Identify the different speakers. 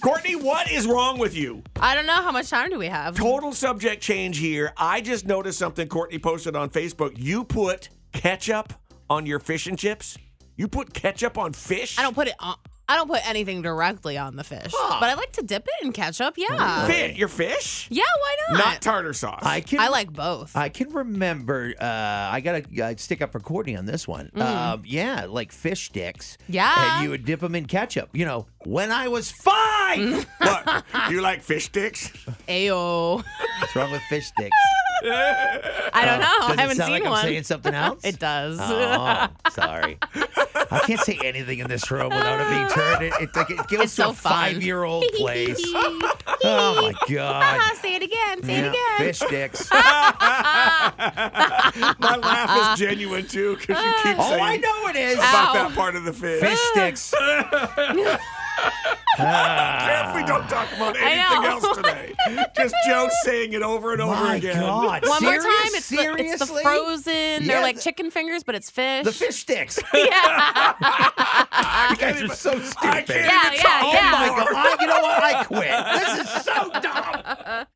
Speaker 1: Courtney, what is wrong with you?
Speaker 2: I don't know how much time do we have.
Speaker 1: Total subject change here. I just noticed something Courtney posted on Facebook. You put ketchup on your fish and chips? You put ketchup on fish?
Speaker 2: I don't put it on. I don't put anything directly on the fish,
Speaker 1: Huh.
Speaker 2: but I like to dip it in ketchup. Yeah,
Speaker 1: Fit your fish?
Speaker 2: yeah. Why not?
Speaker 1: Not tartar sauce.
Speaker 3: I can
Speaker 2: I like both.
Speaker 3: I can remember. Uh, I gotta uh, stick up for Courtney on this one. Um, yeah, like fish sticks.
Speaker 2: Mm. Yeah.
Speaker 3: and you would dip them in ketchup. You know, when I was five.
Speaker 1: what? Do you like fish sticks?
Speaker 2: Ayo.
Speaker 3: What's wrong with fish sticks?
Speaker 2: I don't know.
Speaker 3: Uh, Does
Speaker 2: I
Speaker 3: it
Speaker 2: haven't
Speaker 3: sound
Speaker 2: seen
Speaker 3: like
Speaker 2: one.
Speaker 3: I'm saying something else.
Speaker 2: it does.
Speaker 3: Oh, sorry. I can't say anything in this room without it being turned. It, it, like, it goes
Speaker 2: It's
Speaker 3: to
Speaker 2: so
Speaker 3: a
Speaker 2: fun.
Speaker 3: five-year-old place.
Speaker 2: Ah,
Speaker 3: oh my god.
Speaker 2: say it again. Say it
Speaker 3: Yeah,
Speaker 2: again.
Speaker 3: Fish sticks.
Speaker 1: My laugh is genuine too, because you keep
Speaker 3: Oh,
Speaker 1: saying
Speaker 3: I know it is.
Speaker 1: about
Speaker 2: Ow.
Speaker 1: that part of the fish.
Speaker 3: Fish sticks. Ah.
Speaker 1: Jeff, we don't talk about anything
Speaker 2: know.
Speaker 1: else today. Just Joe saying it over and over
Speaker 3: My
Speaker 1: again.
Speaker 3: God.
Speaker 2: One more
Speaker 3: Serious-
Speaker 2: time. It's the, it's the
Speaker 3: seriously?
Speaker 2: frozen.
Speaker 3: Yeah,
Speaker 2: They're like
Speaker 3: the-
Speaker 2: chicken fingers, but it's fish.
Speaker 3: The fish sticks. Oh
Speaker 2: Yeah.
Speaker 3: you guys are so stupid.
Speaker 1: I can't
Speaker 2: Yeah,
Speaker 1: even
Speaker 2: yeah,
Speaker 1: talk
Speaker 2: yeah.
Speaker 3: Oh my
Speaker 1: anymore.
Speaker 3: god! I, you know what? I quit. This is so dumb.